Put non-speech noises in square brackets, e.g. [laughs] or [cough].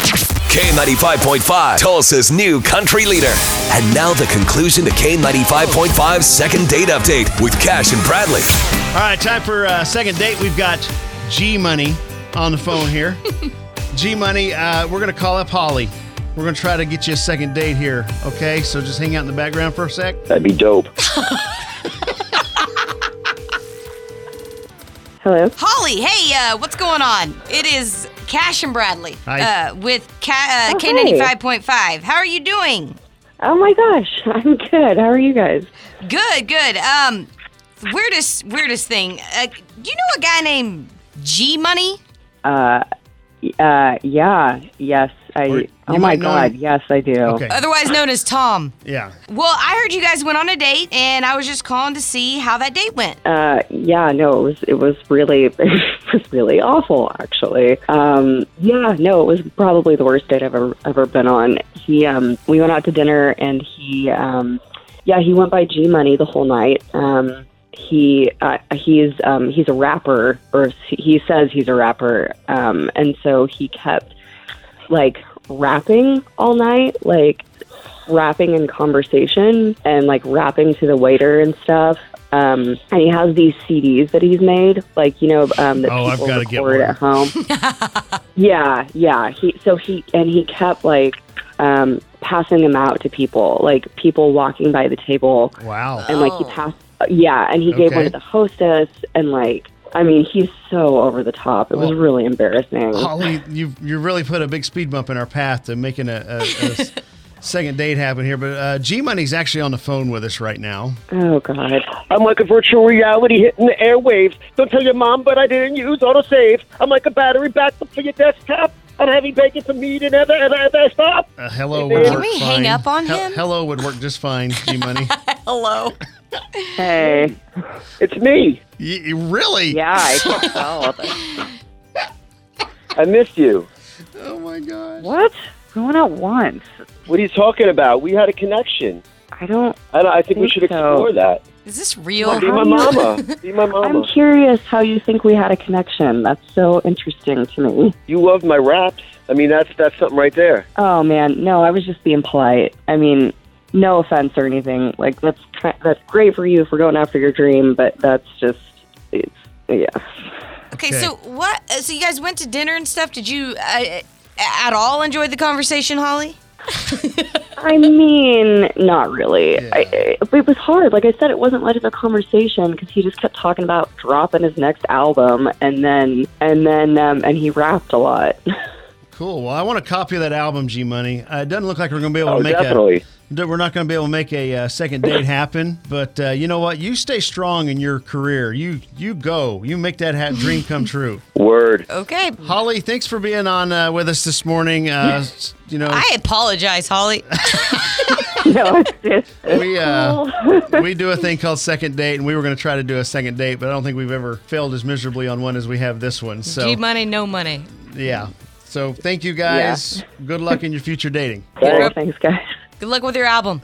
K95.5, Tulsa's new country leader. And now the conclusion to K95.5's second date update with Cash and Bradley. All right, time for uh, second date. We've got G Money on the phone here. G Money, uh, we're going to call up Holly. We're going to try to get you a second date here, okay? So just hang out in the background for a sec. That'd be dope. Hello. Holly, hey, uh, what's going on? It is Cash and Bradley Hi. Uh, with Ca- Oh, uh, hey. K95.5. How are you doing? Oh my gosh, [laughs] I'm good. How are you guys? Good, good. Um, weirdest, weirdest thing. Uh, do you know a guy named G Money? Uh, yeah, yes, I. Or- oh you my might know god, him. yes, I do. Okay. Otherwise known as Tom. Yeah. Well, I heard you guys went on a date, and I was just calling to see how that date went. Uh, yeah, no, it was it was really [laughs] it was really awful actually. Um, yeah, no, it was probably the worst date I've ever ever been on. He um, we went out to dinner and he um, yeah, he went by G Money the whole night. Um, he uh, he's um, he's a rapper or he says he's a rapper, um, and so he kept like rapping all night, like rapping in conversation and like rapping to the waiter and stuff. Um, and he has these CDs that he's made, like you know, um, that Oh, I've people gotta get record one. at home. yeah, yeah. He so he and he kept like um, passing them out to people, like people walking by the table Wow. uh, and like he passed yeah and he gave Okay. one to the hostess and like i mean he's so over the top it was Well- really embarrassing Holly, you've you really put a big speed bump in our path to making a, a, a [laughs] s- second date happen here. But uh, G Money's actually on the phone with us right now. oh god I'm like a virtual reality hitting the airwaves. Don't tell your mom, but I didn't use autosave. I'm like a battery backup for your desktop. I'm having bacon for me to never, ever, ever stop. Uh, hello would Can work we fine. hang up on Hel- him? Hello would work just fine, G [laughs] Money. Hello. hey It's me. Y- y- really? yeah i can tell I missed you. Oh my gosh. what we went out once What are you talking about? We had a connection. i don't I, don't- I think we Think should so. explore that. Is this real? Be my mama. Be my i'm mama. curious how you think we had a connection that's so interesting to me You love my raps. I mean, that's that's something right there. oh man no i was just being polite i mean no offense or anything like that's ki that's great for you for going after your dream but that's just it's yeah Okay, Okay. so what? uh, So you guys went to dinner and stuff. Did you uh, at all enjoy the conversation, Holly? I mean, not really. Yeah. I, I, it was hard. Like I said, it wasn't much of a conversation because he just kept talking about dropping his next album, and then and then um, and he rapped a lot. [laughs] Cool. Well, I want a copy of that album, G Money. Uh, it doesn't look like we're going to be able Oh, to make definitely. a. d- We're not going to be able to make a uh, second date happen. But uh, you know what? You stay strong in your career. You you go. You make that ha- dream come true. Word. Okay. Holly, thanks for being on uh, with us this morning. Uh, s- you know, I apologize, Holly. no, it's just we uh, we do a thing called second date, and we were going to try to do a second date, but I don't think we've ever failed as miserably on one as we have this one. [laughs] So G money, no money. yeah. So thank you guys. Good luck in your future dating. yeah, thanks, guys. Good luck with your album.